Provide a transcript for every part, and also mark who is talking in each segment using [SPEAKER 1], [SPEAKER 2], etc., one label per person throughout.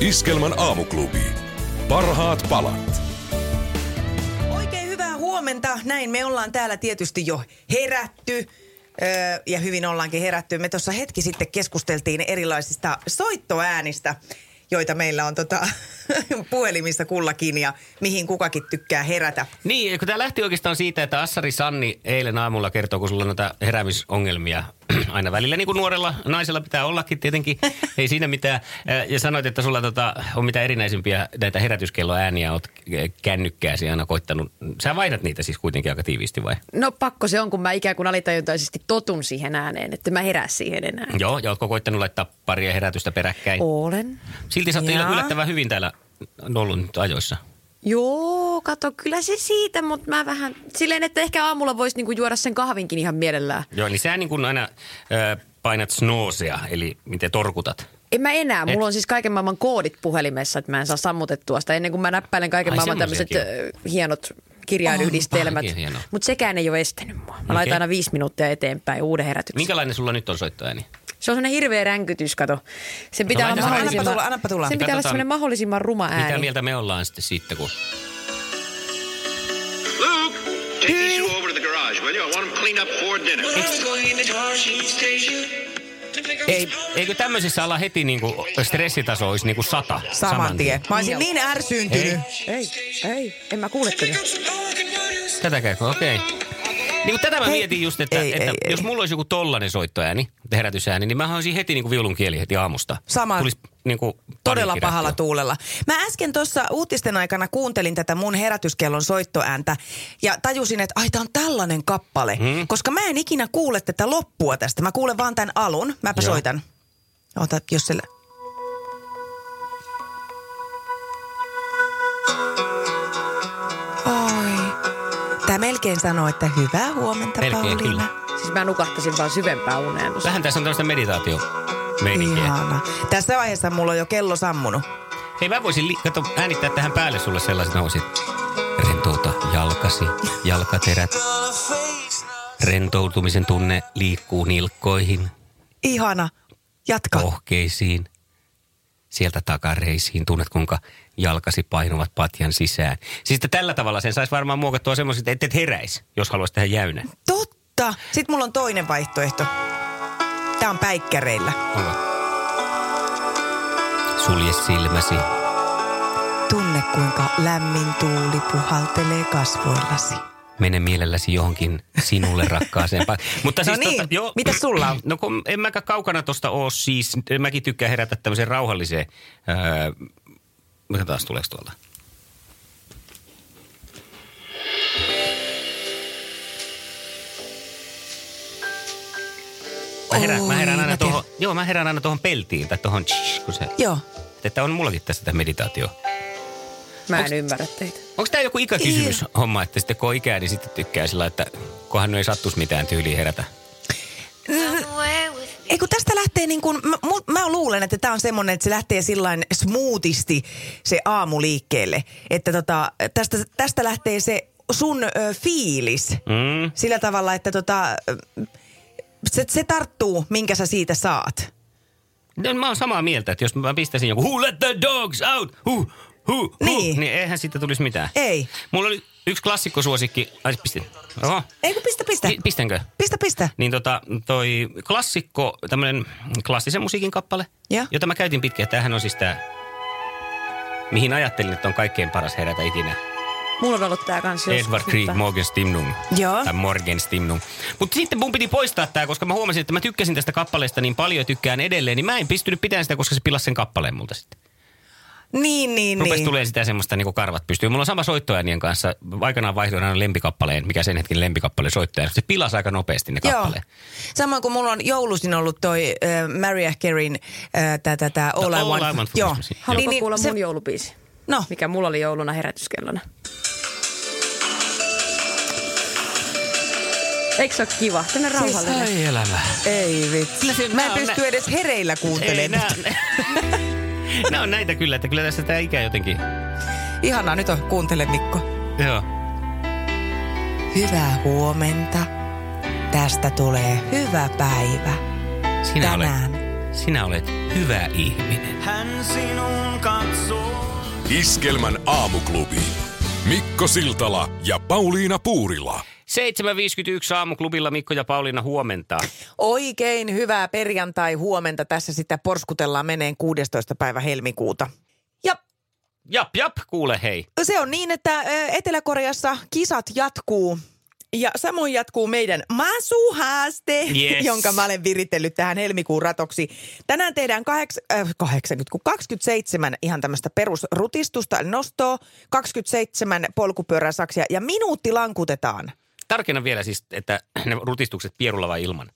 [SPEAKER 1] Iskelmän aamuklubi. Parhaat palat.
[SPEAKER 2] Oikein hyvää huomenta. Näin me ollaan täällä tietysti jo herätty. Öö, ja hyvin ollaankin herätty. Me tuossa hetki sitten keskusteltiin erilaisista soittoäänistä, joita meillä on tota, puhelimissa kullakin ja mihin kukakin tykkää herätä.
[SPEAKER 3] Niin, kun tämä lähti oikeastaan siitä, että Assari Sanni eilen aamulla kertoo, kun sulla on näitä heräämisongelmia aina välillä, niin kuin nuorella naisella pitää ollakin tietenkin, ei siinä mitään. Ja sanoit, että sulla tota, on mitä erinäisimpiä näitä herätyskelloääniä, oot kännykkääsi aina koittanut. Sä vaihdat niitä siis kuitenkin aika tiiviisti vai?
[SPEAKER 4] No pakko se on, kun mä ikään kuin alitajuntaisesti totun siihen ääneen, että mä herää siihen enää.
[SPEAKER 3] Joo, Oh. ja ootko koittanut laittaa paria herätystä peräkkäin?
[SPEAKER 4] Olen.
[SPEAKER 3] Silti sä oot
[SPEAKER 4] Jaa.
[SPEAKER 3] yllättävän hyvin täällä ollut nyt ajoissa.
[SPEAKER 4] Joo, kato, kyllä se siitä, mutta mä vähän silleen, että ehkä aamulla voisi niinku juoda sen kahvinkin ihan mielellään.
[SPEAKER 3] Joo, niin sä niin kuin aina ö, painat snoosea, eli miten torkutat.
[SPEAKER 4] En mä enää,
[SPEAKER 3] Et-
[SPEAKER 4] mulla on siis kaiken maailman koodit puhelimessa, että mä en saa sammutettua sitä ennen kuin mä näppäilen kaiken
[SPEAKER 3] Ai,
[SPEAKER 4] maailman tämmöiset
[SPEAKER 3] semmosiakin
[SPEAKER 4] ö, hienot kirjainyhdistelmät.
[SPEAKER 3] Onpa hieno.
[SPEAKER 4] Mutta sekään ei ole estänyt mua. Mä
[SPEAKER 3] Okei.
[SPEAKER 4] laitan aina viisi minuuttia eteenpäin uuden herätyksen.
[SPEAKER 3] Minkälainen sulla nyt on soittoääni?
[SPEAKER 4] Se on sellainen hirveä ränkytys, kato. Se pitää
[SPEAKER 3] laita se-
[SPEAKER 4] olla mahdollisimman...
[SPEAKER 2] Annappa tulla, annappa tulla.
[SPEAKER 4] Sen pitää olla
[SPEAKER 3] No Katsotaan,
[SPEAKER 4] semmoinen mahdollisimman ruma ääni.
[SPEAKER 3] Mitä mieltä me ollaan sitten siitä, kun...
[SPEAKER 5] Luke, take these two over to the garage, will you? I want them cleaned up for dinner.
[SPEAKER 6] When I was going in the washing station to pick up
[SPEAKER 3] Ei, eikö tämmöisissä alla heti niin kuin stressitaso olisi niin kuin sata?
[SPEAKER 2] Saman tien. Mä olisin
[SPEAKER 4] Joo.
[SPEAKER 2] niin ärsyyntynyt.
[SPEAKER 4] Ei, ei, en mä kuule tätä.
[SPEAKER 6] some parking waters.
[SPEAKER 3] Tätäkääkö? Okei. Niin kuin tätä mä mietin just, että,
[SPEAKER 2] Ei,
[SPEAKER 3] että
[SPEAKER 2] ei, ei.
[SPEAKER 3] jos mulla olisi joku tollanen soittoääni, herätysääni, niin mä olisin heti niin kuin viulun kieli heti aamusta.
[SPEAKER 2] Sama.
[SPEAKER 3] Tulisi niin kuin
[SPEAKER 2] Todella
[SPEAKER 3] paniikki
[SPEAKER 2] pahalla
[SPEAKER 3] reaktio.
[SPEAKER 2] tuulella. Mä äsken tuossa uutisten aikana kuuntelin tätä mun herätyskellon soittoääntä ja tajusin, että ai tää on tällainen kappale. Hmm? Koska mä en ikinä kuule tätä loppua tästä. Mä kuulen vaan tämän alun. Mäpä
[SPEAKER 3] Joo.
[SPEAKER 2] soitan. Ota, jos sillä... Oi. Tää melkein sanoo, että hyvää huomenta,
[SPEAKER 3] Melkein,
[SPEAKER 2] Pauliina.
[SPEAKER 3] kyllä.
[SPEAKER 4] Siis mä nukahtaisin vaan syvempää uneen. tuossa.
[SPEAKER 3] Vähän tässä on tämmöistä meditaatio.
[SPEAKER 2] Ihana. Tässä vaiheessa mulla on jo kello sammunut.
[SPEAKER 3] Hei mä voisin li- kato, äänittää tähän päälle sulle sellaiset nousit. Rentouta jalkasi, jalkaterät. Rentoutumisen tunne liikkuu nilkkoihin,
[SPEAKER 2] Ihana. Jatka.
[SPEAKER 3] pohkeisiin, sieltä takareisiin. Tunnet, kuinka jalkasi painuvat patjan sisään. Siis että tällä tavalla sen saisi varmaan muokattua semmoiset, että et heräisi, jos haluaisi tehdä jäynän.
[SPEAKER 2] Totta. Sitten mulla on toinen vaihtoehto. Tää on päikkäreillä.
[SPEAKER 3] Onko? Sulje silmäsi.
[SPEAKER 2] Tunne, kuinka lämmin tuuli puhaltelee kasvoillasi.
[SPEAKER 3] Mene mielelläsi johonkin sinulle rakkaaseen paikkaan. Mutta
[SPEAKER 2] No
[SPEAKER 3] siis
[SPEAKER 2] niin,
[SPEAKER 3] tota, joo,
[SPEAKER 2] mitäs sulla on?
[SPEAKER 3] No kun en mäkään kaukana tosta oo siis, mäkin tykkään herätä tämmöiseen rauhalliseen. Öö, mikä taas tuleeko tuolta? Mä herään, mä herään
[SPEAKER 2] Oi,
[SPEAKER 3] aina
[SPEAKER 2] mä tiedän.
[SPEAKER 3] tuohon, joo mä herään aina tuohon peltiin tai tuohon kun se,
[SPEAKER 2] Joo.
[SPEAKER 3] että on mullakin tässä tämä meditaatio.
[SPEAKER 4] Mä en ymmärrä teitä.
[SPEAKER 3] Onko tämä joku ikäkysymys homma, että sitten kun on ikää, niin sitten tykkää sillä, että kohan ei sattuisi mitään tyyliä herätä.
[SPEAKER 2] Ei kun tästä lähtee niin kuin, mä, mu- mä luulen, että tämä on semmoinen, että se lähtee sillain smoothisti se aamu liikkeelle. Että tota, tästä, tästä lähtee se sun ö, fiilis
[SPEAKER 3] Mm.
[SPEAKER 2] sillä tavalla, että tota, ö, se, se tarttuu, minkä sä siitä saat.
[SPEAKER 3] No, mä oon samaa mieltä, että jos mä pistäisin joku who let the dogs out, huh, huh, huh,
[SPEAKER 2] Niin.
[SPEAKER 3] niin. niin eihän siitä tulisi mitään.
[SPEAKER 2] Ei.
[SPEAKER 3] Mulla oli yksi klassikkosuosikki, ai pistin, oho,
[SPEAKER 2] Ei kun pistä, pistä.
[SPEAKER 3] Pi- pistänkö?
[SPEAKER 2] Pistä, pistä.
[SPEAKER 3] Niin tota, toi klassikko, tämmönen klassisen musiikin kappale,
[SPEAKER 2] Joo.
[SPEAKER 3] jota mä käytin pitkään. Tämähän on siis tää, mihin ajattelin, että on kaikkein paras herätä ikinä.
[SPEAKER 4] Mulla on ollut tää kanssa joskus,
[SPEAKER 3] Edward Krieg,
[SPEAKER 4] mutta-
[SPEAKER 3] Morgan Stimnung.
[SPEAKER 2] Joo.
[SPEAKER 3] Tai Morgan Stimnung. Mutta sitten mun piti poistaa tämä, koska mä huomasin, että mä tykkäsin tästä kappaleesta niin paljon ja tykkään edelleen, niin mä en pystynyt pitämään sitä, koska se pilasi sen kappaleen multa sitten.
[SPEAKER 2] Niin, niin,
[SPEAKER 3] Rupes
[SPEAKER 2] niin.
[SPEAKER 3] tulee sitä semmoista niin karvat pystyy. Mulla on sama soittoäänien kanssa. Aikanaan vaihdoin aina lempikappaleen, mikä sen hetken lempikappale soittaa. Se pilasi aika nopeasti ne
[SPEAKER 2] Joo.
[SPEAKER 3] kappaleet.
[SPEAKER 2] Samoin kuin mulla on joulusin ollut toi äh, Mariah Careyn äh, tää, tää, tää All,
[SPEAKER 3] No,
[SPEAKER 2] I
[SPEAKER 3] All
[SPEAKER 2] Want.
[SPEAKER 3] I Want for
[SPEAKER 2] Joo.
[SPEAKER 3] Christmas.
[SPEAKER 4] Haluatko niin, kuulla
[SPEAKER 2] se-
[SPEAKER 4] mun joulubiisi?
[SPEAKER 2] No,
[SPEAKER 4] Mikä mulla oli jouluna herätyskellona? Eikö se ole kiva? Tänne rauhallinen.
[SPEAKER 3] Ai elämä.
[SPEAKER 2] ei vitsi.
[SPEAKER 3] No se-
[SPEAKER 2] Mä en
[SPEAKER 3] nää on
[SPEAKER 2] pysty
[SPEAKER 3] nä-
[SPEAKER 2] edes hereillä
[SPEAKER 3] Ei,
[SPEAKER 2] kuuntelemaan.
[SPEAKER 3] nää, nää on näitä kyllä, että kyllä tässä tämä ikä jotenkin.
[SPEAKER 2] Ihanaa, nyt on kuuntele Mikko.
[SPEAKER 3] Joo.
[SPEAKER 2] Hyvää huomenta. Tästä tulee hyvä päivä.
[SPEAKER 3] Sinä
[SPEAKER 2] Tänään.
[SPEAKER 3] olet, sinä olet hyvä ihminen.
[SPEAKER 1] Iskelmän aamuklubi. Mikko Siltala ja Pauliina Puurila.
[SPEAKER 3] 7.51 aamuklubilla Mikko ja Pauliina huomenta.
[SPEAKER 2] Oikein hyvää perjantai-huomenta. Tässä sitä porskutellaan meneen 16. päivä helmikuuta. Ja
[SPEAKER 3] Jap, jap, kuule hei.
[SPEAKER 2] se on niin, että ö, Etelä-Koreassa kisat jatkuu. Ja samoin jatkuu meidän masuhaaste,
[SPEAKER 3] Yes.
[SPEAKER 2] jonka mä olen viritellyt tähän helmikuun ratoksi. Tänään tehdään kaheks, äh, 80, kun 27 ihan tämmöistä perusrutistusta, eli nostoa, 27 polkupyöräsaksia ja minuutti lankutetaan.
[SPEAKER 3] Tarkenna vielä siis, että ne rutistukset pierulla vai ilman.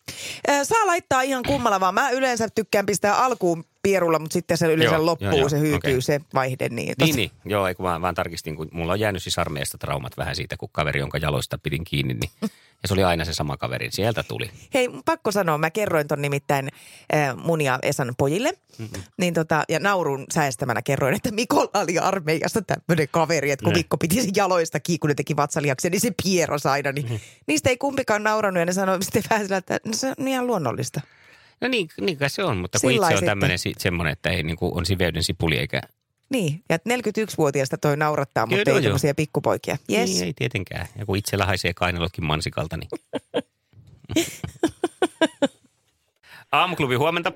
[SPEAKER 2] Ö, Saa laittaa ihan kummalla vaan. Mä yleensä tykkään pistää alkuun pierulla, mutta sitten se yleensä
[SPEAKER 3] Joo,
[SPEAKER 2] joo, loppuu,
[SPEAKER 3] joo,
[SPEAKER 2] joo,
[SPEAKER 3] joo.
[SPEAKER 2] se hyytyy
[SPEAKER 3] Okei.
[SPEAKER 2] okay. se vaihde. Niin,
[SPEAKER 3] Niin, niin. Joo, ei kun mä vaan tarkistin, kun mulla on jäänyt siis armeijasta traumat vähän siitä, kun kaveri, jonka jaloista pidin kiinni, niin ja se oli aina se sama kaveri. niin Sieltä tuli.
[SPEAKER 2] Hei, pakko sanoa, mä kerroin ton nimittäin äh, mun ja Esan pojille. Mm-hmm. Niin tota, ja naurun säestämänä kerroin, että Mikolla oli armeijasta tämmöinen kaveri, että kun
[SPEAKER 3] Ne.
[SPEAKER 2] Mikko piti sen jaloista kiinni, kun ne teki vatsaliaksia, niin se pieros aina. Niin mm-hmm. Niistä ei kumpikaan nauranut ja ne sanoi sitten vähän sillä, että no, se on ihan luonnollista.
[SPEAKER 3] No niin, niin kai se on, mutta kun
[SPEAKER 2] Sillä lailla
[SPEAKER 3] itse on
[SPEAKER 2] sitten.
[SPEAKER 3] tämmöinen semmoinen, että ei niin kuin on siveyden sipuli eikä...
[SPEAKER 2] Niin, ja 41-vuotiaasta toi naurattaa,
[SPEAKER 3] Joo,
[SPEAKER 2] mutta
[SPEAKER 3] joo,
[SPEAKER 2] ei
[SPEAKER 3] joo.
[SPEAKER 2] tämmöisiä pikkupoikia. Yes.
[SPEAKER 3] Niin, ei tietenkään. Ja kun itsellä haisee kainalotkin mansikalta, niin... Aamuklubi, huomenta.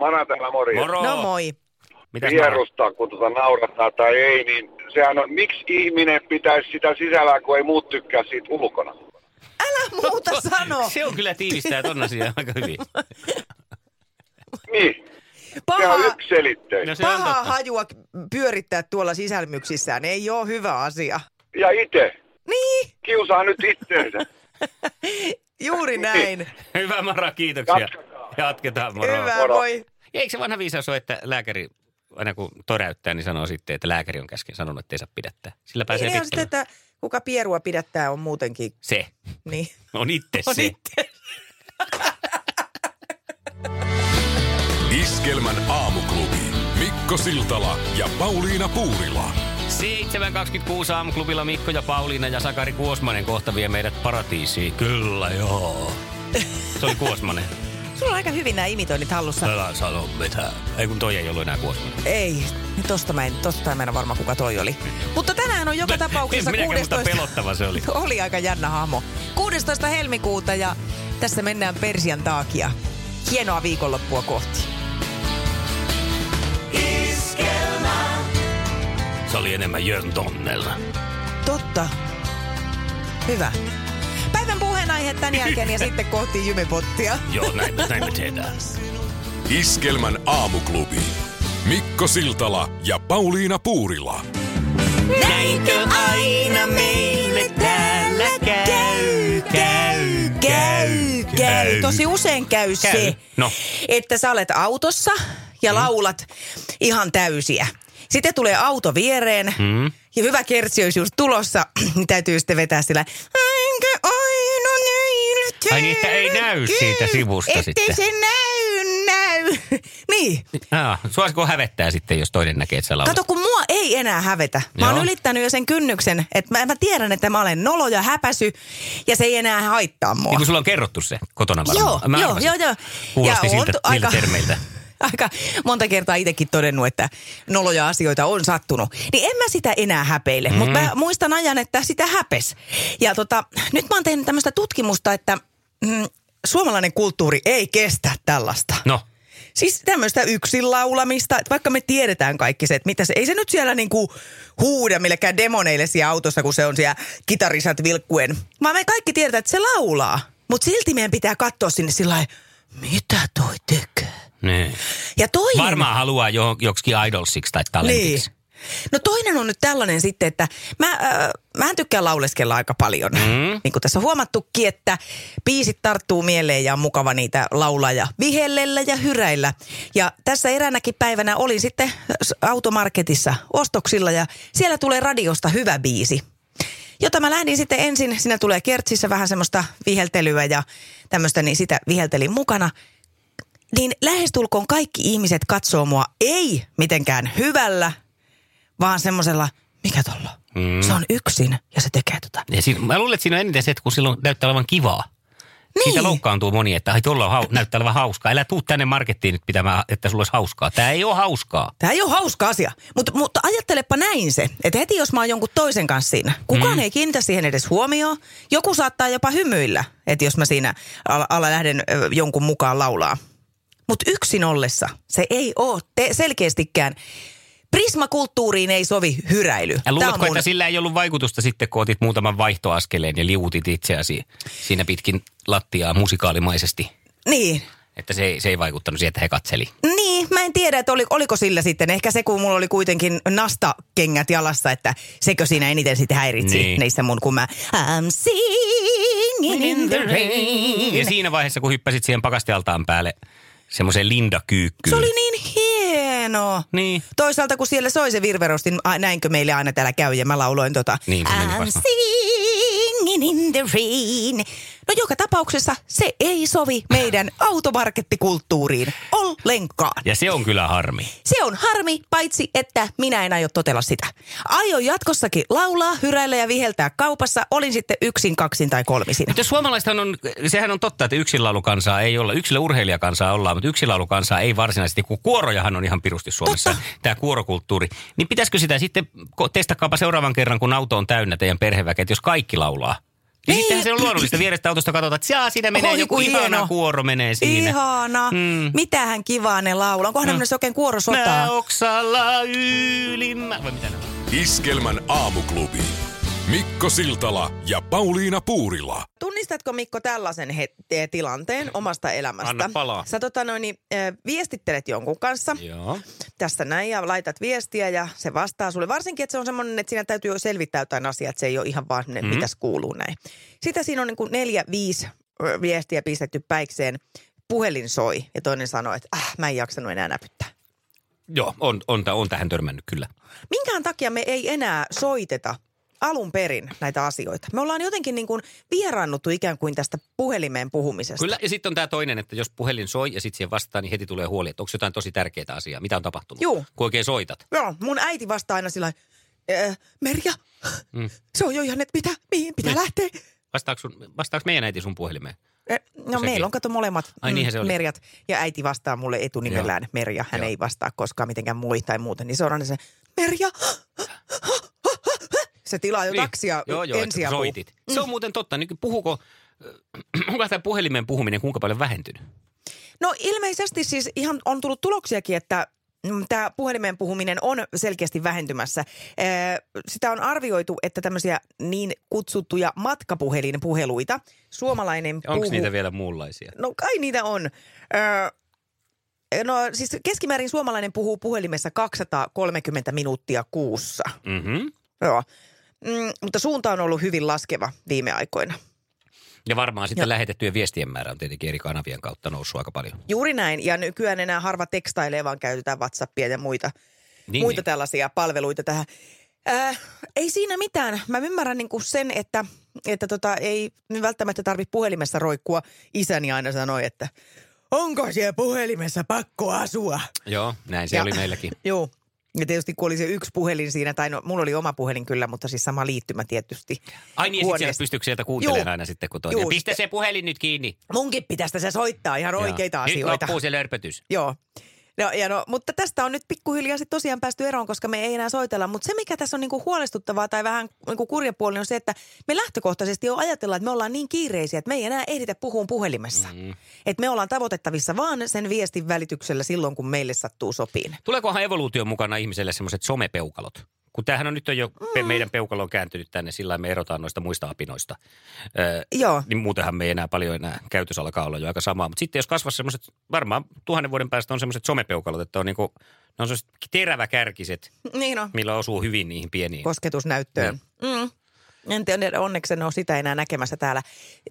[SPEAKER 7] Mana täällä morjens.
[SPEAKER 3] Moro.
[SPEAKER 2] No moi.
[SPEAKER 3] Mitäs Maro?
[SPEAKER 7] Vierustaa, kun tuota naurattaa tai ei, niin sehän on, miksi ihminen pitäisi sitä sisällä, kun ei muut tykkää siitä ulkona.
[SPEAKER 2] Älä muuta sano.
[SPEAKER 3] Se on kyllä tiivistää ton asian aika hyvin.
[SPEAKER 7] Niin, se on
[SPEAKER 2] Paha,
[SPEAKER 7] yksiselitteistä.
[SPEAKER 3] No se on
[SPEAKER 2] pahaa
[SPEAKER 3] totta.
[SPEAKER 2] hajua pyörittää tuolla sisälmyksissään ei ole hyvä asia.
[SPEAKER 7] Ja itse,
[SPEAKER 2] Niin,
[SPEAKER 7] kiusaa nyt itteensä.
[SPEAKER 2] juuri näin.
[SPEAKER 3] Hyvä Mara, kiitoksia.
[SPEAKER 7] Jatketaan.
[SPEAKER 3] Jatketaan Moro.
[SPEAKER 2] Hyvä,
[SPEAKER 7] Moro.
[SPEAKER 2] moi.
[SPEAKER 3] Ja Eikö se vanha viisaus ole, että lääkäri aina kun toräyttää, niin sanoo sitten, että lääkäri on käsken sanonut, että ei saa pidättää. Sillä pääsee
[SPEAKER 2] Niin,
[SPEAKER 3] niin,
[SPEAKER 2] on sitä, että kuka pierua pidättää on muutenkin.
[SPEAKER 3] Se.
[SPEAKER 2] Niin.
[SPEAKER 3] On itse
[SPEAKER 2] On
[SPEAKER 3] se.
[SPEAKER 2] itse.
[SPEAKER 1] Iskelmän aamuklubi. Mikko Siltala ja Pauliina Puurila.
[SPEAKER 3] 7.26 aamuklubilla Mikko ja Pauliina ja Sakari Kuosmanen kohta vie meidät paratiisiin. Kyllä joo. Se oli Kuosmanen.
[SPEAKER 2] Sulla on aika hyvin nämä imitoinnit hallussa.
[SPEAKER 3] Älä sano mitään. Ei kun toi ei ollut enää Kuosmanen.
[SPEAKER 2] Ei, niin tosta mä en, tosta mä en ole varma kuka toi oli. Mutta tänään on joka tapauksessa
[SPEAKER 3] En minäkään, mutta
[SPEAKER 2] 16.
[SPEAKER 3] pelottava se oli.
[SPEAKER 2] oli aika jännä hahmo. 16. helmikuuta ja tässä mennään Persian taakia. Hienoa viikonloppua kohti.
[SPEAKER 3] Se oli enemmän Jön Tonnella.
[SPEAKER 2] Totta. Hyvä. Päivän puheenaihe tämän jälkeen ja sitten kohti jymepottia.
[SPEAKER 3] Joo, näin, näin me tehdään.
[SPEAKER 1] Iskelmän aamuklubi. Mikko Siltala ja Pauliina Puurila.
[SPEAKER 2] Näinkö aina meille täällä käy, käy, käy, käy. Tosi usein käy,
[SPEAKER 3] Käy.
[SPEAKER 2] se,
[SPEAKER 3] No. Mm.
[SPEAKER 2] että sä olet autossa ja laulat ihan täysiä. Sitten tulee auto viereen mm. ja hyvä kertsi olisi just tulossa, niin täytyy sitten vetää sillä Näinkö aina meille
[SPEAKER 3] Ai niin, että ei
[SPEAKER 2] täällä
[SPEAKER 3] näy
[SPEAKER 2] käy,
[SPEAKER 3] siitä sivusta
[SPEAKER 2] ettei
[SPEAKER 3] sitten.
[SPEAKER 2] se näy, näy. niin.
[SPEAKER 3] Ah, suosiko hävettää sitten, jos toinen näkee, että sä laulat?
[SPEAKER 2] Kato, kun mua ei enää hävetä. Mä oon
[SPEAKER 3] Joo.
[SPEAKER 2] ylittänyt jo sen kynnyksen, että mä, mä tiedän, että mä olen nolo ja häpäsy ja se ei enää haittaa mua.
[SPEAKER 3] Niin kuin sulla on kerrottu se kotona varmaan.
[SPEAKER 2] joo,
[SPEAKER 3] Mä
[SPEAKER 2] joo,
[SPEAKER 3] arvasin.
[SPEAKER 2] joo, joo.
[SPEAKER 3] Kuulosti
[SPEAKER 2] Ja oon
[SPEAKER 3] siltä,
[SPEAKER 2] tu-
[SPEAKER 3] aika... niiltä termeiltä.
[SPEAKER 2] aika monta kertaa itsekin todennut, että noloja asioita on sattunut. Niin en mä sitä enää häpeile, mm. mutta mä muistan ajan, että sitä häpes. Ja tota, nyt mä oon tehnyt tämmöistä tutkimusta, että mm, suomalainen kulttuuri ei kestä tällaista.
[SPEAKER 3] No,
[SPEAKER 2] Siis tämmöistä yksin laulamista, että vaikka me tiedetään kaikki se, että mitä se, ei se nyt siellä niinku huuda millekään demoneille siellä autossa, kun se on siellä kitarisat vilkkuen. Vaan me kaikki tiedetään, että se laulaa. Mutta silti meidän pitää katsoa sinne sillä lailla, mitä toi tekee?
[SPEAKER 3] Niin.
[SPEAKER 2] Ja toinen...
[SPEAKER 3] Varmaan haluaa jo, joksikin idolsiksi tai
[SPEAKER 2] Niin.
[SPEAKER 3] talentiksi.
[SPEAKER 2] No toinen on nyt tällainen sitten, että mä, äh, mähän tykkään lauleskella aika paljon. Mm. Niin kuin tässä on huomattukin, että biisit tarttuu mieleen ja on mukava niitä laulaa ja vihellellä ja hyräillä. Ja tässä eräänäkin päivänä olin sitten s- automarketissa ostoksilla ja siellä tulee radiosta hyvä biisi. Jota mä lähdin sitten ensin, siinä tulee kertsissä vähän semmoista viheltelyä ja tämmöistä, niin sitä viheltelin mukana niin lähestulkoon kaikki ihmiset katsoo mua ei mitenkään hyvällä, vaan semmoisella, mikä tuolla? Mm. Se on yksin ja se tekee tota.
[SPEAKER 3] Ja siinä, mä luulen, että siinä on eniten se, että kun silloin näyttää olevan kivaa.
[SPEAKER 2] Niin.
[SPEAKER 3] Siitä loukkaantuu moni, että ai, tuolla on hau- näyttää olevan hauskaa. Älä tuu tänne markettiin nyt pitämään, että sulla olisi hauskaa. Tämä ei ole hauskaa.
[SPEAKER 2] Tämä ei ole hauska asia, mutta, mutta ajattelepa näin se, että heti jos mä oon jonkun toisen kanssa siinä, kukaan mm. ei kiinnitä siihen edes huomioon. Joku saattaa jopa hymyillä, että jos mä siinä ala, ala lähden ö, jonkun mukaan laulaa. Mutta yksin ollessa se ei ole te- selkeästikään. Prismakulttuuriin ei sovi hyräily. Tää
[SPEAKER 3] Ja
[SPEAKER 2] on
[SPEAKER 3] luuletko,
[SPEAKER 2] mun-
[SPEAKER 3] että sillä ei ollut vaikutusta sitten, kun otit muutaman vaihtoaskeleen ja liutit itseäsi siinä pitkin lattiaa musikaalimaisesti?
[SPEAKER 2] Niin,
[SPEAKER 3] Että se ei, se ei vaikuttanut siihen, että he katseli.
[SPEAKER 2] Niin, mä en tiedä, että oli, oliko sillä sitten. Ehkä se, kun mulla oli kuitenkin nastakengät jalassa, että sekö siinä eniten sitten häiritsi
[SPEAKER 3] Niin.
[SPEAKER 2] niin. niissä mun, kun mä I'm singing in the rain.
[SPEAKER 3] Niin, Ja siinä vaiheessa, kun hyppäsit siihen pakastealtaan päälle semmoiseen lindakyykkyyn.
[SPEAKER 2] Se oli niin hieno.
[SPEAKER 3] Niin.
[SPEAKER 2] Toisaalta, kun siellä soi se virverosti, niin a- näinkö meille aina täällä käy, ja mä lauloin tota
[SPEAKER 3] Niin, se meni
[SPEAKER 2] I'm
[SPEAKER 3] vasta.
[SPEAKER 2] singing in the rain. No joka tapauksessa se ei sovi meidän automarkettikulttuuriin ollenkaan.
[SPEAKER 3] Ja se on kyllä harmi.
[SPEAKER 2] Se on harmi, paitsi että minä en aio totella sitä. Aion jatkossakin laulaa, hyräillä ja viheltää kaupassa, olin sitten yksin, kaksin tai kolmisin.
[SPEAKER 3] Mutta suomalaista on, sehän on totta, että yksinlaulukansaa ei olla, yksilöurheilijakansaa ollaan, mutta yksinlaulukansaa ei varsinaisesti, kun kuorojahan on ihan pirusti Suomessa,
[SPEAKER 2] Totta.
[SPEAKER 3] tämä kuorokulttuuri. Niin pitäisikö sitä sitten, ko- testakaapa seuraavan kerran, kun auto on täynnä teidän perheväkeä, että jos kaikki laulaa. Niin
[SPEAKER 2] Niin.
[SPEAKER 3] sittenhän se on luonnollista vierestä autosta katsotaan, että jaa, siinä menee
[SPEAKER 2] Oi,
[SPEAKER 3] joku
[SPEAKER 2] kun
[SPEAKER 3] ihana
[SPEAKER 2] hieno.
[SPEAKER 3] kuoro menee siinä. Mm.
[SPEAKER 2] Ihana. Mm. Mitähän kivaa ne laulaa. Onkohan no. mennyt oikein kuorosotaa?
[SPEAKER 3] Mä oksalla ylimmä. Vai mitä ne on?
[SPEAKER 1] Iskelmän aamuklubi. Mikko Siltala ja Pauliina Puurila.
[SPEAKER 2] Tunnistatko Mikko tällaisen he- te- tilanteen omasta elämästä?
[SPEAKER 3] Anna palaa.
[SPEAKER 2] Sä tota noin, niin, äh, viestittelet jonkun kanssa
[SPEAKER 3] Joo.
[SPEAKER 2] tässä näin ja laitat viestiä ja se vastaa sulle. Varsinkin, että se on semmoinen, että siinä täytyy jo selvittää jotain asiaa, että se ei ole ihan vaan
[SPEAKER 3] Mhm.
[SPEAKER 2] semmoinen, mm. mitäs kuuluu näin. Sitä siinä on niin kuin neljä, viisi ö, viestiä pistetty päikseen. Puhelin soi ja toinen sanoo, että ah, mä en jaksanut enää näpyttää.
[SPEAKER 3] Joo, on, on, on tähän törmännyt kyllä.
[SPEAKER 2] Minkään takia me ei enää soiteta alun perin näitä asioita. Me ollaan jotenkin niin kuin vieraannuttu ikään kuin tästä puhelimeen puhumisesta.
[SPEAKER 3] Kyllä, ja sitten on tämä toinen, että jos puhelin soi ja sitten siihen vastaa, niin heti tulee huoli, että onko jotain tosi tärkeää asiaa, mitä on tapahtunut,
[SPEAKER 2] Juu.
[SPEAKER 3] kun oikein soitat.
[SPEAKER 2] Joo, mun äiti vastaa aina sillä lailla, "Äh, Merja, mm. se on jo ihan, että mitä, mihin pitää
[SPEAKER 3] Niin.
[SPEAKER 2] lähteä.
[SPEAKER 3] Vastaako, sun, vastaako meidän äiti sun puhelimeen?
[SPEAKER 2] Eh, No
[SPEAKER 3] Sekin.
[SPEAKER 2] meillä on kato molemmat
[SPEAKER 3] Ai
[SPEAKER 2] mm,
[SPEAKER 3] niinhän se oli.
[SPEAKER 2] Merjat ja äiti vastaa mulle etunimellään Merja. Hän
[SPEAKER 3] Joo.
[SPEAKER 2] ei vastaa koskaan mitenkään moi tai muuten. Niin se on aina se Merja. Se tilaa jo taksia
[SPEAKER 3] Niin.
[SPEAKER 2] Mm.
[SPEAKER 3] Joo, joo, että
[SPEAKER 2] ensiapua.
[SPEAKER 3] soitit. Se on muuten totta. Niin puhuko, onko tämä puhelimen puhuminen kuinka paljon vähentynyt?
[SPEAKER 2] No ilmeisesti siis ihan on tullut tuloksiakin, että tämä puhelimeen puhuminen on selkeästi vähentymässä. Ee, Sitä on arvioitu, että tämmöisiä niin kutsuttuja matkapuhelinpuheluita, suomalainen
[SPEAKER 3] Onko
[SPEAKER 2] puhu...
[SPEAKER 3] niitä vielä muunlaisia?
[SPEAKER 2] No kai niitä on. Öö, no siis keskimäärin suomalainen puhuu puhelimessa 230 minuuttia kuussa.
[SPEAKER 3] Mm-hmm.
[SPEAKER 2] Joo. Mm, mutta suunta on ollut hyvin laskeva viime aikoina.
[SPEAKER 3] Ja varmaan sitten
[SPEAKER 2] Joo.
[SPEAKER 3] lähetettyjen viestien määrä on tietenkin eri kanavien kautta noussut aika paljon.
[SPEAKER 2] Juuri näin. Ja nykyään enää harva tekstailee, vaan käytetään WhatsAppia ja muita, niin, muita niin. tällaisia palveluita tähän. Äh, ei siinä mitään. Mä ymmärrän niin kuin sen, että, että tota, ei nyt välttämättä tarvitse puhelimessa roikkua. Isäni aina sanoi, että onko siellä puhelimessa pakko asua?
[SPEAKER 3] Joo, näin se
[SPEAKER 2] Ja-
[SPEAKER 3] oli meilläkin.
[SPEAKER 2] Joo. Ja tietysti kun oli se yksi puhelin siinä, tai no, mulla oli oma puhelin kyllä, mutta siis sama liittymä tietysti.
[SPEAKER 3] Ai niin, sitten
[SPEAKER 2] huoneesta.
[SPEAKER 3] sieltä pystyykö sieltä kuuntelemaan
[SPEAKER 2] Juu.
[SPEAKER 3] aina sitten, kun toinen.
[SPEAKER 2] Juu.
[SPEAKER 3] Pistä se puhelin nyt kiinni.
[SPEAKER 2] Munkin pitäisi se soittaa ihan
[SPEAKER 3] Joo.
[SPEAKER 2] oikeita
[SPEAKER 3] Nyt
[SPEAKER 2] asioita.
[SPEAKER 3] loppuu se lörpötys.
[SPEAKER 2] Joo. No, ja no, mutta tästä on nyt pikkuhiljaa sitten tosiaan päästy eroon, koska me ei enää soitella. Mutta se, mikä tässä on niinku huolestuttavaa tai vähän niinku kurjapuolinen, on se, että me lähtökohtaisesti jo ajatellaan, että me ollaan niin kiireisiä, että me ei enää ehditä puhua puhelimessa. Mm. Että me ollaan tavoitettavissa vaan sen viestin välityksellä silloin, kun meille sattuu sopiin.
[SPEAKER 3] Tuleekohan evoluution mukana ihmiselle semmoiset somepeukalot? Kun tämähän on nyt on jo, pe- meidän peukalo on kääntynyt tänne, sillä lailla me erotaan noista muista apinoista. Ö,
[SPEAKER 2] Joo.
[SPEAKER 3] niin muutenhan me ei enää paljon enää, käytös alkaa olla jo aika samaa. Mutta sitten jos kasvaa semmoiset, varmaan tuhannen vuoden päästä on semmoiset somepeukalot, että on niinku, ne on semmoiset teräväkärkiset,
[SPEAKER 2] Niin on.
[SPEAKER 3] millä osuu hyvin niihin pieniin.
[SPEAKER 2] kosketusnäyttöön. Niin. Mm. En tiedä, onneksi en ole sitä enää näkemässä täällä.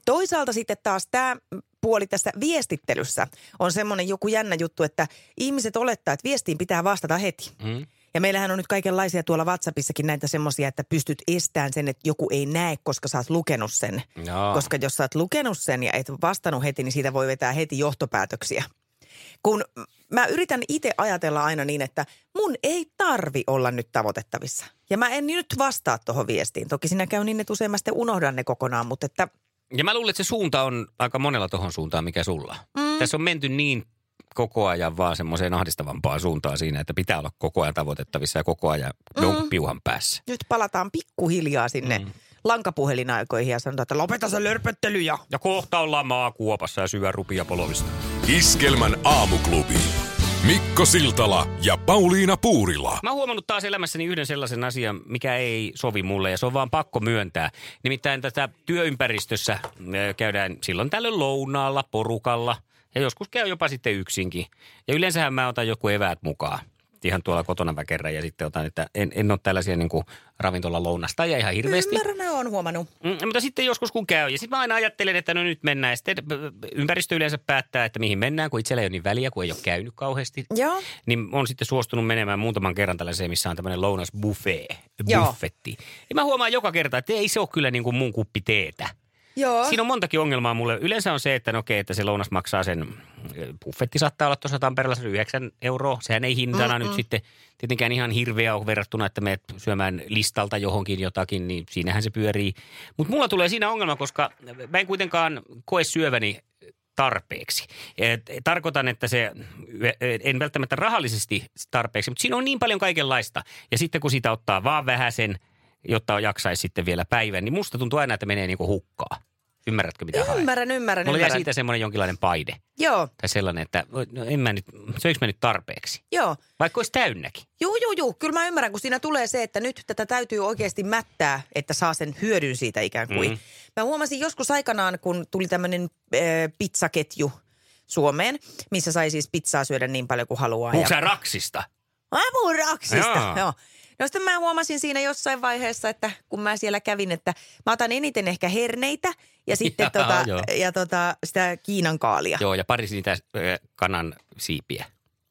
[SPEAKER 2] Toisaalta sitten taas tämä puoli tässä viestittelyssä on semmoinen joku jännä juttu, että ihmiset olettaa, että viestiin pitää vastata heti. Mm. Ja meillähän on nyt kaikenlaisia tuolla WhatsAppissakin näitä semmoisia, että pystyt estämään sen, että joku ei näe, koska sä oot lukenut sen.
[SPEAKER 3] Jaa.
[SPEAKER 2] Koska jos sä oot lukenut sen ja et vastannut heti, niin siitä voi vetää heti johtopäätöksiä kun mä yritän itse ajatella aina niin, että mun ei tarvi olla nyt tavoitettavissa. Ja mä en nyt vastaa tuohon viestiin. Toki siinä käy niin, että usein mä sitten unohdan ne kokonaan, mutta että
[SPEAKER 3] Ja mä luulen, että se suunta on aika monella tohon suuntaan, mikä sulla. Mm. Tässä on menty niin koko ajan vaan semmoiseen ahdistavampaan suuntaan siinä, että pitää olla koko ajan tavoitettavissa ja koko ajan mm. jonkun piuhan päässä.
[SPEAKER 2] nyt palataan pikkuhiljaa sinne mm. lankapuhelinaikoihin ja sanotaan, että lopeta se lörpöttely ja
[SPEAKER 3] Ja kohta on lamaa kuopassa ja syö rupia polovista.
[SPEAKER 1] Iskelmän aamuklubi. Mikko Siltala ja Pauliina Puurila.
[SPEAKER 3] Mä oon huomannut taas elämässäni yhden sellaisen asian, mikä ei sovi mulle ja se on vaan pakko myöntää. Nimittäin tätä työympäristössä ö, käydään silloin tällöin lounaalla, porukalla ja joskus käy jopa sitten yksinkin. Ja yleensähän mä otan joku eväät mukaan ihan tuolla kotona mä kerran ja sitten otan, että en, en ole tällaisia niin kuin ravintolalounasta ja ihan hirveästi.
[SPEAKER 2] ymmärrän, on huomannut.
[SPEAKER 3] Mm, mutta sitten joskus kun käy, ja sitten mä aina ajattelen, että no nyt mennään. Ja sitten ö, ympäristö yleensä päättää, että mihin mennään, kun itsellä ei ole niin väliä, kun ei ole käynyt kauheasti
[SPEAKER 2] Joo.
[SPEAKER 3] niin on sitten suostunut menemään muutaman kerran tällaiseen, missä on tämmöinen lounas
[SPEAKER 2] Joo.
[SPEAKER 3] buffetti. Ja mä huomaan joka kerta, että ei se ole kyllä niin kuin mun kuppi teetä.
[SPEAKER 2] Joo.
[SPEAKER 3] Siinä on montakin ongelmaa mulle. Yleensä on se, että no okei, että se lounas maksaa sen, eh, buffetti saattaa olla tuossa Tampereella se 9 euroa. Sehän ei hintana Mm-mm. nyt sitten tietenkään ihan hirveä ole verrattuna, että menet syömään listalta johonkin jotakin, niin siinähän se pyörii. Mutta mulla tulee siinä ongelma, koska mä en kuitenkaan koe syöväni tarpeeksi. Et tarkoitan, että se, eh, en välttämättä rahallisesti tarpeeksi, mutta siinä on niin paljon kaikenlaista. Ja sitten kun sitä ottaa vaan vähäsen, jotta jaksaisi sitten vielä päivän, niin musta tuntuu aina, että menee niinku hukkaa. Ymmärrätkö mitä haen?
[SPEAKER 2] Ymmärrän, ymmärrän,
[SPEAKER 3] Mulla jää
[SPEAKER 2] ymmärrän.
[SPEAKER 3] siitä semmoinen jonkinlainen paide.
[SPEAKER 2] Joo,
[SPEAKER 3] Tai sellainen, että no en mä nyt, söikö mä nyt tarpeeksi?
[SPEAKER 2] joo.
[SPEAKER 3] Vaikka olisi täynnäkin.
[SPEAKER 2] Juu, juu, juu. Kyllä mä ymmärrän, kun siinä tulee se, että nyt tätä täytyy oikeasti mättää, että saa sen hyödyn siitä ikään kuin.
[SPEAKER 3] Mhm.
[SPEAKER 2] Mm. Mä huomasin joskus aikanaan, kun tuli tämmöinen äh, pizzaketju Suomeen, missä sai siis pizzaa syödä niin paljon kuin haluaa.
[SPEAKER 3] Puhuuko sä raksista?
[SPEAKER 2] Mä puhun raksista,
[SPEAKER 3] Joo.
[SPEAKER 2] joo. joo. No sitten mä huomasin siinä jossain vaiheessa, että kun mä siellä kävin, että mä otan eniten ehkä herneitä ja sitten
[SPEAKER 3] Jaa,
[SPEAKER 2] tota,
[SPEAKER 3] joo.
[SPEAKER 2] ja tota, sitä kiinan kaalia.
[SPEAKER 3] Joo, ja pari niitä ö, kanan siipiä.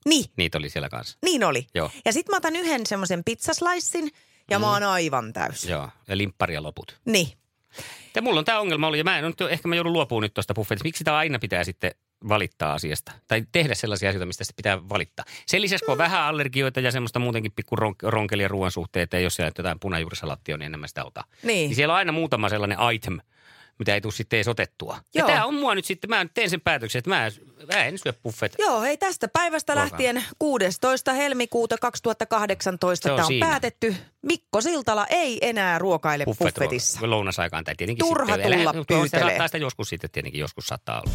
[SPEAKER 2] Niin,
[SPEAKER 3] Niitä oli siellä kanssa.
[SPEAKER 2] niin oli.
[SPEAKER 3] Joo.
[SPEAKER 2] Ja sitten mä otan yhden semmoisen pizzaslaissin ja mm. mä oon aivan täys.
[SPEAKER 3] Joo, ja limpparia loput.
[SPEAKER 2] Niin.
[SPEAKER 3] Ja mulla on tämä ongelma ollut, ja mä en ole nyt, ehkä mä joudun luopumaan nyt tuosta buffetista. Miksi sitä aina pitää sitten valittaa asiasta? Tai tehdä sellaisia asioita, mistä sitä pitää valittaa. Sen lisäksi,
[SPEAKER 2] Mm.
[SPEAKER 3] kun on vähän allergioita ja semmoista muutenkin pikku ron- ronkelia ruoan suhteen, että jos siellä jotain punajuurisalattia on, niin enemmän sitä ota.
[SPEAKER 2] Niin.
[SPEAKER 3] niin siellä on aina muutama sellainen item, mitä ei tule sitten edes otettua. Ja
[SPEAKER 2] Joo.
[SPEAKER 3] tämä on mua nyt sitten, mä nyt teen sen päätöksen, että mä, mä en syö buffet.
[SPEAKER 2] Joo, hei tästä päivästä
[SPEAKER 3] Olkaa.
[SPEAKER 2] lähtien 16. helmikuuta 2018
[SPEAKER 3] Se on
[SPEAKER 2] tämä on
[SPEAKER 3] siinä.
[SPEAKER 2] päätetty. Mikko Siltala ei enää ruokaile buffetissa.
[SPEAKER 3] Lounasaikaan tai tietenkin
[SPEAKER 2] Turha
[SPEAKER 3] sitten.
[SPEAKER 2] tulla
[SPEAKER 3] mutta sitä
[SPEAKER 2] pyytelee.
[SPEAKER 3] Saattaa sitä joskus sitten tietenkin joskus saattaa olla.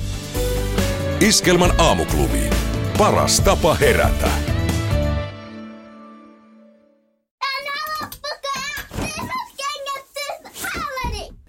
[SPEAKER 1] Iskelmän aamuklubi. Paras tapa herätä.